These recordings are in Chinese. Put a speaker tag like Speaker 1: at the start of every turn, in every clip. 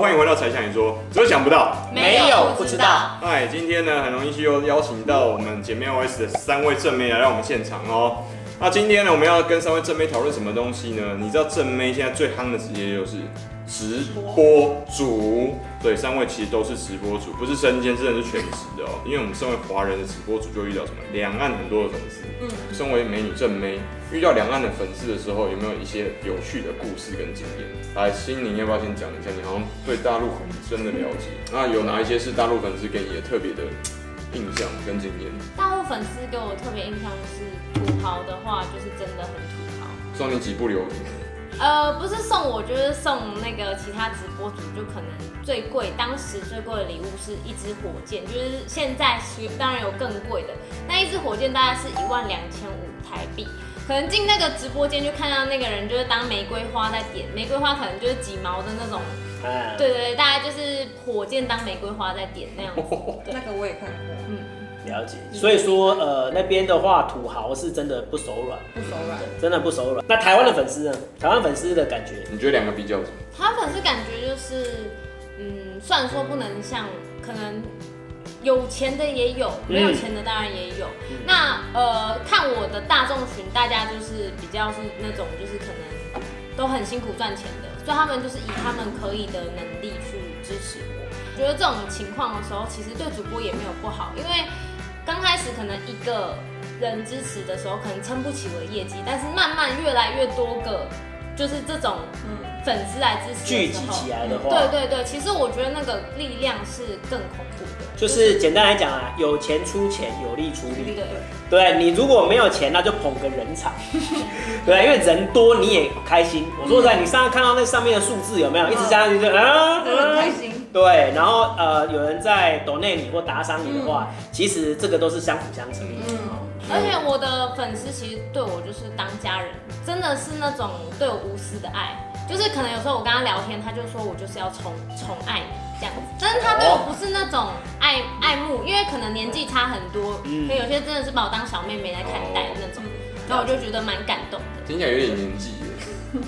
Speaker 1: 欢迎回到才想你说，只有想不到。
Speaker 2: 没有不知道，
Speaker 1: 嗨，今天呢很荣幸又邀请到我们姐妹 OS 的三位正妹来到我们现场哦。那今天呢，我们要跟三位正妹讨论什么东西呢？你知道正妹现在最夯的职业就是直播主，对，三位其实都是直播主，不是身兼，真的是全职的哦。因为我们身为华人的直播主，就遇到什么两岸很多的粉丝，嗯，身为美女正妹，遇到两岸的粉丝的时候，有没有一些有趣的故事跟经验？来，心灵要不要先讲一下？你好像对大陆很深的了
Speaker 3: 嗯
Speaker 1: 解，那有哪一些是大陆粉丝给你的特别的印象跟经验？
Speaker 3: 大陆粉丝给我特别印象就是土豪的话，就是真的很土豪。
Speaker 1: 送你几部流行。
Speaker 3: 呃，不是送我，就是送那个其他直播主，就可能最贵，当时最贵的礼物是一支火箭，就是现在是当然有更贵的，那一支火箭大概是一万两千五台币。可能进那个直播间就看到那个人就是当玫瑰花在点，玫瑰花可能就是几毛的那种，
Speaker 2: 嗯，
Speaker 3: 对对对，大概就是火箭当玫瑰花在点那样子。
Speaker 4: 那个我也看过，
Speaker 2: 了解。所以说，呃，那边的话，土豪是真的不手软，
Speaker 4: 不手软。
Speaker 2: 真的不手软。那台湾的粉丝呢？台湾粉丝的感觉，
Speaker 1: 你觉得两个比较什么？
Speaker 3: 他粉丝感觉就是，嗯，虽然说不能像，可能有钱的也有，
Speaker 2: 嗯
Speaker 3: 没有钱的当然也有。那呃，看我的大众群，大家就是比较是那种就是可能都很辛苦赚钱的，所以他们就是以他们可以的能力去支持我。觉得这种情况的时候，其实对主播也没有不好，因为刚开始可能一个人支持的时候，可能撑不起我的业绩，但是慢慢越来越多个，就是这种粉丝来支持
Speaker 2: 聚
Speaker 3: 的
Speaker 2: 集
Speaker 3: 时候
Speaker 2: 起来的话，
Speaker 3: 对对对，其实我觉得那个力量是更恐怖的，
Speaker 2: 就是简单来讲啊，有钱出钱，有力出力。
Speaker 3: 对
Speaker 2: 对你如果没有钱，那就捧个人 场，对，因为人多你也开心。我说实在，你上次看到那上面的数字有没有？一直加上去就啊，
Speaker 4: 真的嗯很开
Speaker 2: 啊
Speaker 4: 心。
Speaker 2: 对，然后呃，有人在抖内你或打赏你的话，其实这个都是相辅相成。
Speaker 4: 嗯，
Speaker 3: 而且我的粉丝其实对我就是当家人，真的是那种对我无私的爱，就是可能有时候我跟他聊天，他就说我就是要宠宠爱你这样子，但是他对我不是那种爱爱慕，因为可能年纪差很多，
Speaker 2: 嗯
Speaker 3: 可有些真的是把我当小妹妹来看待的那种，然后我就觉得蛮感动的，
Speaker 1: 听起来有点年纪耶。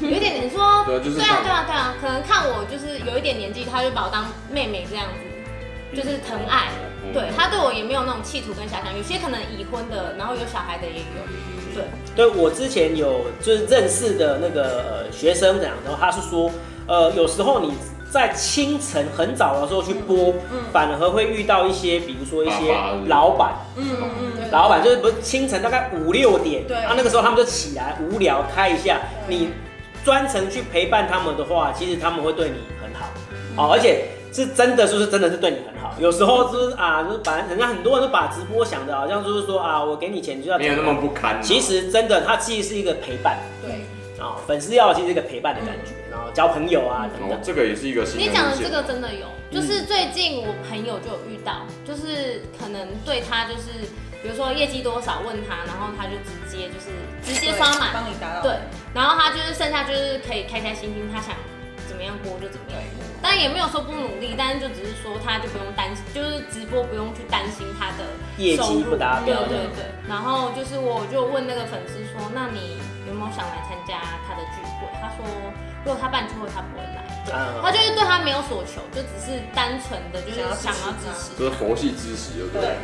Speaker 3: 有一点你说
Speaker 1: 对啊就是
Speaker 3: 对啊
Speaker 1: 看
Speaker 3: 对啊对啊，可能看我就是有一点年纪，他就把我当妹妹这样子，就是疼爱。
Speaker 1: 嗯
Speaker 3: 对他对我也没有那种企图跟遐想，有些可能已婚的，然后有小孩的也有。对，
Speaker 2: 对我之前有就是认识的那个呃学生这样，然后他是说，呃，有时候你在清晨很早的时候去播，
Speaker 4: 嗯
Speaker 2: 反而会遇到一些，比如说一些
Speaker 1: 爸爸
Speaker 2: 老板，
Speaker 4: 嗯嗯嗯，
Speaker 2: 老板就是不是清晨大概五六点，
Speaker 4: 对
Speaker 2: 啊，那个时候他们就起来无聊开一下，
Speaker 4: 对
Speaker 2: 你专程去陪伴他们的话，其实他们会对你很好，
Speaker 4: 嗯
Speaker 2: 哦，而且是真的，就是真的是对你很好。有时候就是啊，就是把人家很多人都把直播想的好像就是说啊，我给你钱就要
Speaker 1: 没有那么不堪。啊
Speaker 2: 其，实真的，它其实是一个陪伴
Speaker 4: 对，
Speaker 2: 啊、粉丝要的其实是一个陪伴的感觉，然后交朋友啊等
Speaker 1: 哦
Speaker 2: 等，。
Speaker 1: 这个也是一个新的
Speaker 3: 你讲的
Speaker 1: 路线
Speaker 3: 这个真的有，嗯就是最近我朋友就有遇到，就是可能对他就是，比如说业绩多少问他，然后他就直接就是直接刷满，
Speaker 4: 帮你达到。
Speaker 3: 对，然后他就是剩下就是可以开开心心，他想怎么样播就怎么样播，但也没有说不努力，但是就只是说他就不用担心，就是直播不用去担心他的
Speaker 2: 业
Speaker 3: 收
Speaker 2: 绩
Speaker 3: 入
Speaker 2: 不达标
Speaker 3: 对对对。然后就是我就问那个粉丝说，那你有没有想来参加他的聚会？他说如果他办聚会他不会来，对
Speaker 2: 嗯
Speaker 3: 他就是对他没有所求，就只是单纯的就是想
Speaker 4: 想要支持
Speaker 3: 要支
Speaker 4: 他
Speaker 3: 持。
Speaker 1: 就是佛系知识，对不对
Speaker 4: 对？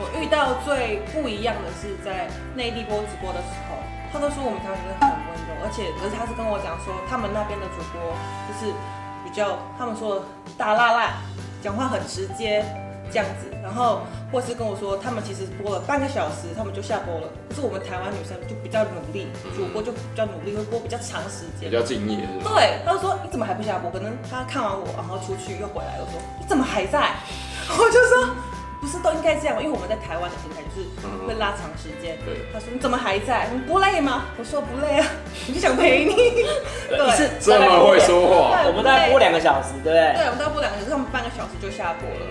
Speaker 4: 我遇到最不一样的是在内地播直播的时候，他都说我们台湾人很温柔，而且可是他是跟我讲说，他们那边的主播就是比较他们说的大辣辣，讲话很直接这样子，然后或是跟我说他们其实播了半个小时，他们就下播了。可是我们台湾女生就比较努力，主播就比较努力，会播比较长时间
Speaker 1: 比。较敬业，是吧？
Speaker 4: 对，他就说你怎么还不下播？可能他看完我，然后出去又回来，我说你怎么还在？我就说不是都应该这样吗？因为我们在台湾的平台就是会拉长时间。
Speaker 1: 对
Speaker 4: 他说你怎么还在？你不累吗？我说不累啊，我就想陪你。对
Speaker 2: 你是
Speaker 1: 这么会说话，
Speaker 4: 对
Speaker 2: 我们大概播两个小时，对不对？
Speaker 4: 对，我们大概播两个小时，他们半个小时就下播了。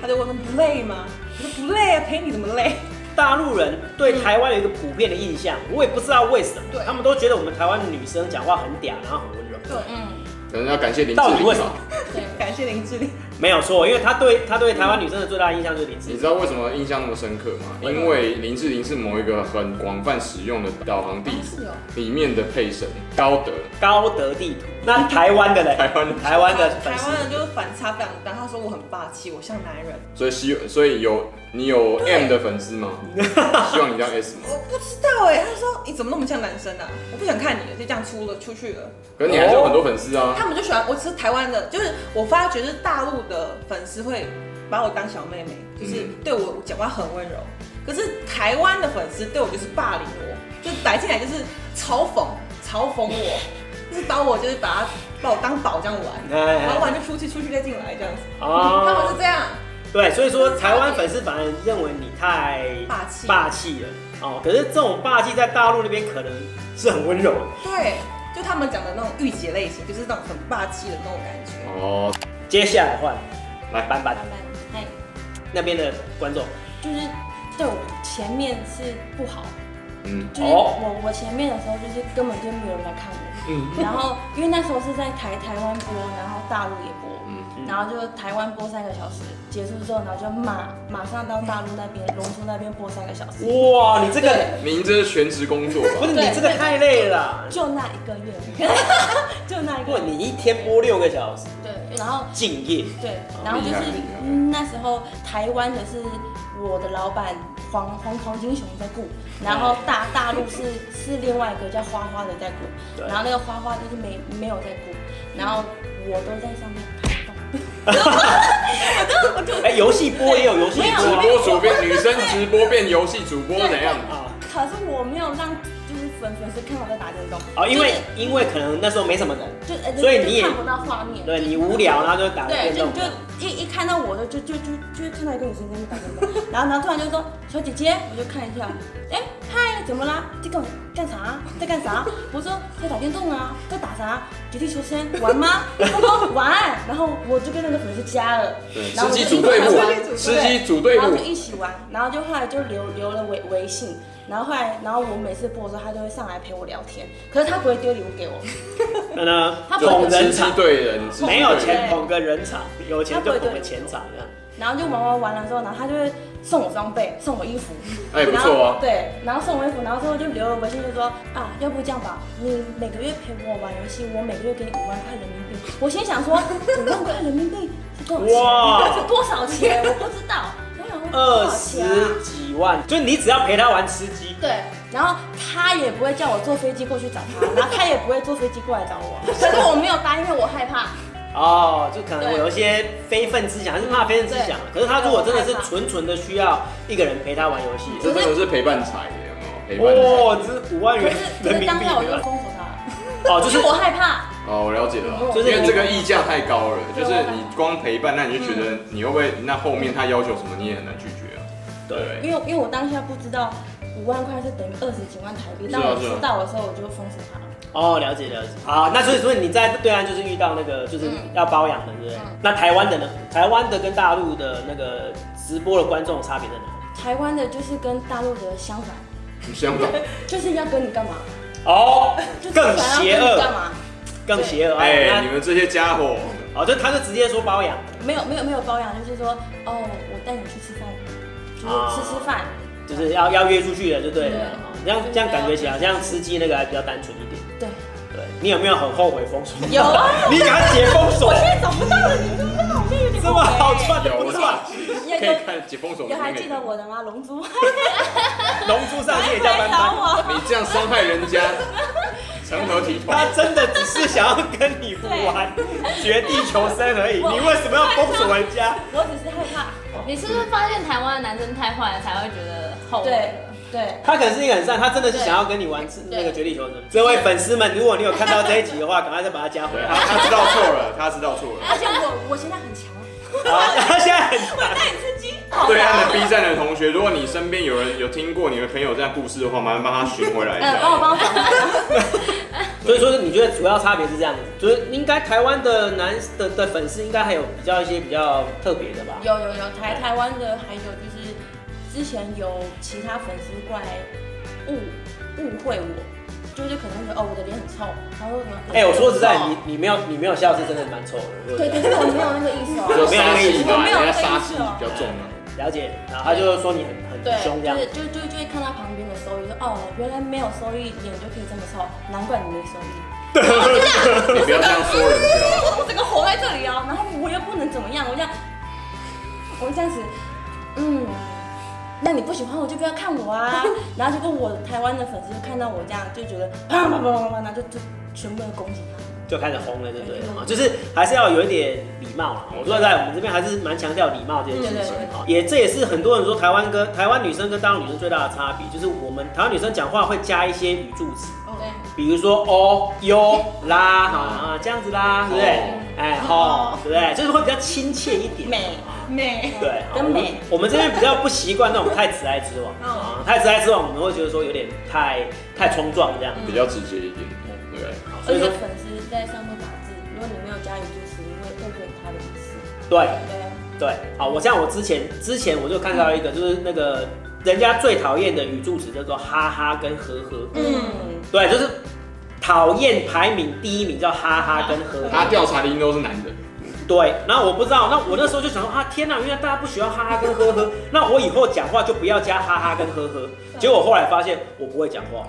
Speaker 4: 他就问说不累吗？我说不累啊，陪你怎么累？
Speaker 2: 大陆人对台湾有一个普遍的印象，我也不知道为什么
Speaker 4: 对，
Speaker 2: 他们都觉得我们台湾女生讲话很嗲，然后很温柔。
Speaker 4: 对，
Speaker 3: 嗯，
Speaker 1: 可能要感谢林志
Speaker 2: 到底
Speaker 1: 玲
Speaker 2: 为什么
Speaker 1: 吧。
Speaker 3: 对。
Speaker 4: 感谢林志玲。
Speaker 2: 没有错，因为他对他对台湾女生的最大印象就是林志
Speaker 1: 你
Speaker 2: 玲
Speaker 1: 知。道为什么印象那么深刻吗？
Speaker 2: 为什么
Speaker 1: 因为林志玲是某一个很广泛使用的导航地图
Speaker 4: 是哦，
Speaker 1: 里面的配神高德，
Speaker 2: 高德地图。那台湾的嘞？
Speaker 1: 台湾的
Speaker 2: 台湾的粉
Speaker 4: 台
Speaker 2: 丝
Speaker 4: 湾人就是反差非常大。他说我很霸气，我像男人，
Speaker 1: 所以希所以有你有
Speaker 4: 对
Speaker 1: M 的粉丝 吗？希望你当 S 吗？
Speaker 4: 我不知道哎、他说你怎么那么像男生啊？我不想看你了，就这样出了出去了。
Speaker 1: 可是你还是有很多粉丝啊。
Speaker 4: 他们就喜欢，我只是台湾的，就是我发觉就是大陆的粉丝会把我当小妹妹，就是对我讲话很温柔。可是台湾的粉丝对我就是霸凌我，就来进来就是嘲讽，嘲讽我，就是把我就是把他把我当宝这样玩，
Speaker 2: 哎
Speaker 4: 玩完就出去，出去再进来这样子。他们
Speaker 2: 哦
Speaker 4: 是，这样，
Speaker 2: 对，所以说台湾粉丝反而认为你太
Speaker 4: 霸气
Speaker 2: 霸气了哦。可是这种霸气在大陆那边可能是很温柔的。
Speaker 4: 对，就他们讲的那种御姐类型，就是那种很霸气的那种感觉。
Speaker 1: 哦，
Speaker 2: 接下来换
Speaker 1: 来
Speaker 2: 班班
Speaker 3: 慢慢哎，
Speaker 2: 那边的观众
Speaker 3: 就是对我前面是不好，
Speaker 1: 嗯，
Speaker 3: 就是
Speaker 2: 哦
Speaker 3: 我我前面的时候就是根本就没有人来看我，
Speaker 2: 嗯
Speaker 3: 然后因为那时候是在台台湾播，然后大陆也播，
Speaker 1: 嗯
Speaker 3: 然后就台湾播三个小时，结束之后，然后就马马上到大陆那边龙珠那边播三个小时，
Speaker 2: 哇，你这个
Speaker 1: 您这是全职工作
Speaker 2: 不是
Speaker 1: 吧？
Speaker 2: 你这个太累了啦。
Speaker 3: 就那一 个月，就那一
Speaker 2: 不，
Speaker 3: 个
Speaker 2: 你
Speaker 3: 月，
Speaker 2: 一天播六个小时，
Speaker 3: 对，然后
Speaker 2: 敬业
Speaker 3: 对
Speaker 1: 哦，
Speaker 3: 然后就
Speaker 1: 厉
Speaker 3: 是
Speaker 1: 害厉害
Speaker 3: 嗯那时候台湾的是我的老板黄黄黄金雄在顾，然后大大陆是是另外一个叫花花的在顾，
Speaker 2: 对
Speaker 3: 然后那个花花就是没没有在顾，然后我都在上面拍动。我就我就
Speaker 2: 哎，游戏播也有游戏
Speaker 3: 没有
Speaker 1: 直
Speaker 2: 播啊
Speaker 1: 播主变女生直播变游戏主播
Speaker 3: 对
Speaker 1: 怎样？
Speaker 2: 啊
Speaker 3: 可是我没有让就是粉粉丝看我在打电动
Speaker 2: 哦，因为因为可能那时候没什么人，
Speaker 3: 就是就呃
Speaker 2: 所以
Speaker 3: 就
Speaker 2: 你也
Speaker 3: 看不到画面，
Speaker 2: 对你无聊，然后就打个
Speaker 3: 对，
Speaker 2: 电
Speaker 3: 就
Speaker 2: 动
Speaker 3: 就。一一看到我的就就就就看到一个女生在那打电话，然后然后突然就说小姐姐，我就看一下，哎、嗨，怎么啦？这个干啥？在干啥？我说在打电动啊，在打啥？绝地求生玩 吗？他说玩，然后我就跟那个粉丝加了，
Speaker 1: 对，
Speaker 3: 然
Speaker 1: 吃
Speaker 3: 后我
Speaker 1: 鸡
Speaker 3: 就
Speaker 1: 组队
Speaker 3: 一起玩
Speaker 1: 部，吃鸡组队
Speaker 3: 然后
Speaker 1: 部
Speaker 3: 就，一起玩，然后就后来就留留了微微信，然后后来然后我每次播的时候，他就会上来陪我聊天，可是他不会丢礼物给我，
Speaker 2: 那呢
Speaker 3: 他，不
Speaker 2: 捧
Speaker 1: 就吃
Speaker 2: 人
Speaker 1: 鸡
Speaker 2: 场
Speaker 1: 对人，吃鸡
Speaker 2: 没有
Speaker 1: 队
Speaker 2: 钱
Speaker 1: 人
Speaker 2: 捧个人场，有钱就捧个钱场这样。
Speaker 3: 然后就玩玩玩了之后，然后他就会送我装备，送我衣服，
Speaker 1: 哎不
Speaker 3: 然
Speaker 1: 错
Speaker 3: 后
Speaker 1: 啊
Speaker 3: 对，然后送我衣服，然后之后就留了微信，就说啊，要不这样吧，你每个月陪我玩游戏，我每个月给你五万块人民币。我心想说，五万块人民币是多少钱？
Speaker 2: 哇
Speaker 3: 是多少钱？我不知道。我想说多
Speaker 2: 二
Speaker 3: 少钱啊？
Speaker 2: 十几万，就你只要陪他玩吃鸡，
Speaker 3: 对，然后他也不会叫我坐飞机过去找他，然后他也不会坐飞机过来找我。可是我没有答应，因为我害怕。
Speaker 2: 哦，就可能
Speaker 3: 对
Speaker 2: 有一些非分之想，还是怕非分之想啊。可
Speaker 3: 对
Speaker 2: 是他如果真的是
Speaker 3: 对我害怕
Speaker 2: 纯纯的需要一个人陪他玩游戏，
Speaker 3: 嗯
Speaker 1: 这真的是陪伴财，有没有？陪伴
Speaker 3: 哦
Speaker 1: 财。
Speaker 2: 哇，这是五万
Speaker 3: 可
Speaker 2: 元
Speaker 3: 是可
Speaker 2: 人
Speaker 3: 是
Speaker 2: 民
Speaker 3: 当
Speaker 2: 币
Speaker 3: 下我
Speaker 2: 没
Speaker 3: 就
Speaker 2: 办法
Speaker 3: 封锁他了，
Speaker 2: 哦，就是
Speaker 3: 因为我害怕。
Speaker 1: 哦，我了解了啊，
Speaker 3: 就是
Speaker 1: 因为这个溢价太高了，就
Speaker 3: 对啊
Speaker 1: 是
Speaker 3: 嗯
Speaker 1: 你光陪伴，那你就觉得你会不会那后面他要求什么你也很难拒绝啊？
Speaker 2: 对
Speaker 1: 对
Speaker 3: 因为因为我当下不知道五万块是等于二十几万台币，
Speaker 1: 是啊
Speaker 3: 当我
Speaker 1: 是啊
Speaker 3: 知道的时候，我就封锁他了。
Speaker 2: 哦，了解了解。好，那所以所以你在对岸就是遇到那个就是
Speaker 3: 嗯
Speaker 2: 要包养的，对不对？
Speaker 3: 嗯
Speaker 2: 那台湾的呢？台湾的跟大陆的那个直播的观众差别在哪？
Speaker 3: 台湾的就是跟大陆的相反，
Speaker 1: 你相 反，
Speaker 3: 就是要跟你干嘛？
Speaker 2: 哦
Speaker 3: 就，是
Speaker 2: 更
Speaker 3: 想
Speaker 2: 邪
Speaker 3: 要跟你干
Speaker 2: 恶，
Speaker 3: 嘛？
Speaker 2: 更邪恶。
Speaker 1: 哎，你
Speaker 2: 那
Speaker 1: 们这些家伙，
Speaker 2: 哦，就他就直接说包养，
Speaker 3: 没有没有没有包养，就是说哦，我带你去吃饭，就是吃吃饭。
Speaker 2: 就是要要约出去的，就对了
Speaker 3: 对。
Speaker 2: 哦这样这样感觉起来，这样吃鸡那个还比较单纯一点。
Speaker 3: 对，
Speaker 2: 对你有没有很后悔封锁？
Speaker 3: 有啊，
Speaker 2: 你给他解封锁
Speaker 3: 我，现在找不到了，你们真的好像有点
Speaker 2: 这么
Speaker 3: 后
Speaker 2: 好
Speaker 3: 悔
Speaker 2: 赚的
Speaker 1: 有
Speaker 2: 不
Speaker 1: 我知
Speaker 2: 赚
Speaker 1: 道，
Speaker 3: 有
Speaker 1: 可以
Speaker 3: 有
Speaker 1: 看解封手
Speaker 3: 有还记得我的吗？龙珠，
Speaker 2: 龙珠上你也叫
Speaker 3: 来
Speaker 2: 班
Speaker 3: 找
Speaker 2: 班。
Speaker 3: 我。
Speaker 1: 你这样伤害人 家，成何体统？
Speaker 2: 他真的只是想要跟你玩绝地求生而已，
Speaker 3: 我
Speaker 2: 你为什么要封锁人家？
Speaker 3: 我只是害怕。
Speaker 5: 你是不是发现台湾的男生太坏了，才会觉得后悔？
Speaker 3: 对对，
Speaker 2: 他可能是一个很善，他真的是想要跟你玩那个绝地求生。这位粉丝们，如果你有看到这一集的话，赶快再把他加回
Speaker 1: 对
Speaker 2: 来。
Speaker 1: 他他知道错了，他知道错了。
Speaker 3: 而且我我现在很强。
Speaker 2: 好，他现在很难。
Speaker 1: 对岸的 B 站的同学，如果你身边有人有听过你的朋友这样故事的话，麻烦帮他寻回来一
Speaker 3: 呃，帮我
Speaker 1: 下。
Speaker 3: 帮我找回来。
Speaker 2: 所以说，你觉得主要差别是这样子，就是应该台湾的男的的粉丝应该还有比较一些比较特别的吧？
Speaker 3: 有有有，台台湾的还有就是之前有其他粉丝过来误误会我，
Speaker 5: 就是可能会觉得哦，我的脸很臭，然后
Speaker 2: 哎、我说实在，
Speaker 5: 哦
Speaker 2: 你你没有你没有笑是真的蛮丑的。如果
Speaker 5: 对对对，我没有那个意思
Speaker 1: 比较
Speaker 2: 我
Speaker 5: 哦。
Speaker 2: 没有那
Speaker 1: 杀气嘛，人家杀
Speaker 2: 个意思
Speaker 5: 我没有那个意思
Speaker 1: 气
Speaker 5: 哦
Speaker 1: 比较重啊。
Speaker 2: 了解，然后他就说你很很凶这样。
Speaker 5: 对，就是就就就会看到旁边的收益，说哦，原来没有收益脸就可以这么臭，难怪你没收益。
Speaker 1: 你 不要这样说人家。
Speaker 5: 我整个活在这里啊，然后我又不能怎么样，我这样，我这样子，嗯，那你不喜欢我就不要看我 啊。然后结果我台湾的粉丝就看到我这样，就觉得啪啪啪啪啪，然后就就全部都攻击他。
Speaker 2: 就开始轰了，对不对？
Speaker 5: 嗯
Speaker 2: 啊就是还是要有一点礼貌啦。我说实在，我们这边还是蛮强调礼貌这件事情
Speaker 5: 嗯
Speaker 2: 啊。也这也是很多人说台湾跟台湾女生跟大陆女生最大的差别，就是我们台湾女生讲话会加一些语助词，
Speaker 5: 对，
Speaker 2: 比如说哦、哟、啦哈啊这样子啦，对不对？哎吼，对不对？就是会比较亲切一点。
Speaker 5: 哦美
Speaker 4: 美，
Speaker 2: 对，啊
Speaker 5: 跟美
Speaker 2: 我们我们这边比较不习惯那种太直来直往
Speaker 4: 嗯
Speaker 5: 哦
Speaker 2: 啊，太直来直往，我们会觉得说有点太太冲撞这样。
Speaker 1: 比较直接一点，哦对。
Speaker 2: 啊所
Speaker 5: 而
Speaker 2: 以说
Speaker 5: 且，粉丝在上面打字，如果你没有加语助词，你会误会他的意思。
Speaker 2: 对，
Speaker 5: 对，啊
Speaker 2: 对，好，我像我之前之前我就看到一
Speaker 5: 嗯
Speaker 2: 个，就是那个人家最讨厌的语助词叫做哈哈跟呵呵，
Speaker 5: 嗯，
Speaker 2: 对，就是讨厌排名第一名叫哈哈跟呵
Speaker 1: 他
Speaker 2: 呵，
Speaker 1: 调查的音都是男的，
Speaker 2: 对，然后我不知道，那我那时候就想说啊，天哪，原来大家不喜欢哈哈跟呵呵，那我以后讲话就不要加哈哈跟呵呵，结果后来发现我不会讲话，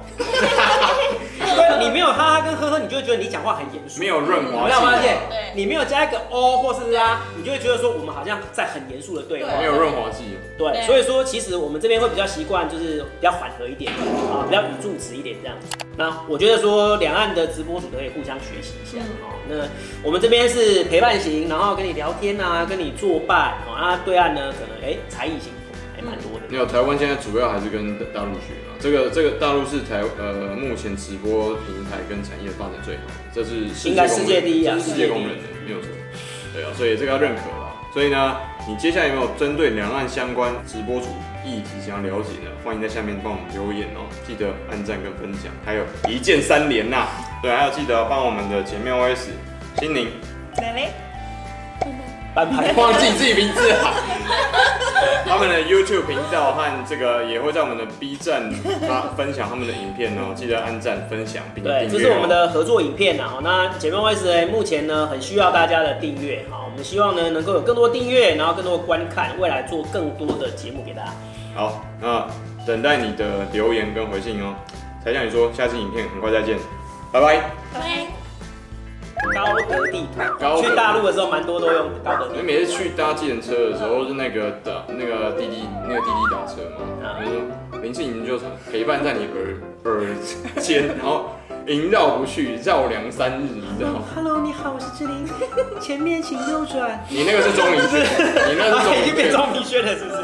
Speaker 2: 对，你没有哈哈跟呵呵，你就会觉得你讲话很严肃，
Speaker 1: 没有润滑
Speaker 2: 你有发
Speaker 1: 剂，啊
Speaker 2: 现，
Speaker 3: 对
Speaker 2: 你没有加一个哦或是啊，你就会觉得说我们好像在很严肃的对话。
Speaker 1: 没有润滑剂，啊
Speaker 2: 对，
Speaker 3: 对
Speaker 2: 所以说其实我们这边会比较习惯，就是比较缓和一点啊，比较语助词一点这样。那我觉得说两岸的直播主可以互相学习一下哦。那我们这边是陪伴型，然后跟你聊天啊，跟你作伴哦。啊，对岸呢可能哎才艺型还蛮多
Speaker 1: 没
Speaker 2: 的。
Speaker 1: 有，台湾现在主要还是跟大陆学嘛。这个这个大陆是台呃目前直播平台跟产业发展最好，这是世界
Speaker 2: 应该世界第一啊
Speaker 1: 这是世界公认的，没有错。对啊，所以这个要认可啦。所以呢，你接下来有没有针对两岸相关直播主议题想要了解呢？欢迎在下面帮我们留言哦、记得按赞跟分享，还有一键三连呐、对，啊还有记得帮我们的前面 OS 心灵
Speaker 4: 美嘞，
Speaker 2: 班排
Speaker 1: 忘记自己名字 啊。他们的 YouTube 频道和这个也会在我们的 B 站发分享他们的影片哦，记得按赞、分享并订阅
Speaker 2: 对，
Speaker 1: 哦。
Speaker 2: 这是我们的合作影片啊。哦那姐妹 YS 呢目前呢很需要大家的订阅啊，我们希望呢能够有更多订阅，然后更多的观看，未来做更多的节目给大家。
Speaker 1: 好，那等待你的留言跟回信哦。才向你说，下次影片很快再见，拜拜。
Speaker 3: 拜。
Speaker 2: 高德地
Speaker 1: 高
Speaker 2: 图，
Speaker 1: 德
Speaker 2: 去大陆的时候蛮多都用高德
Speaker 1: 你
Speaker 2: 地
Speaker 1: 每次 去搭计程车的时候，是那个打那个滴滴那个滴滴打车嘛，
Speaker 2: 啊
Speaker 1: 然后说林志颖就陪伴在你耳耳间，然后 萦绕不去，绕梁三日，你知道吗？
Speaker 2: Hello，你好，我是志玲， 前面请右转。
Speaker 1: 你那个是钟明轩，你那个是钟
Speaker 2: 已
Speaker 1: 明
Speaker 2: 经变
Speaker 1: 轩。
Speaker 2: 钟明轩了，是不是？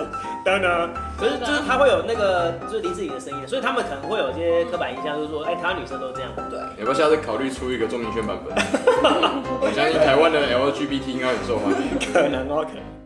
Speaker 2: 当然，可是就是他会有那个就是林志颖的声音，所以他们可能会有一些刻板印象，就是说，哎，台湾女生都这样。
Speaker 1: 要不要下次考虑出一个钟明轩版本？我相信台湾的 LGBT 应该很受欢迎。
Speaker 2: 可能 OK。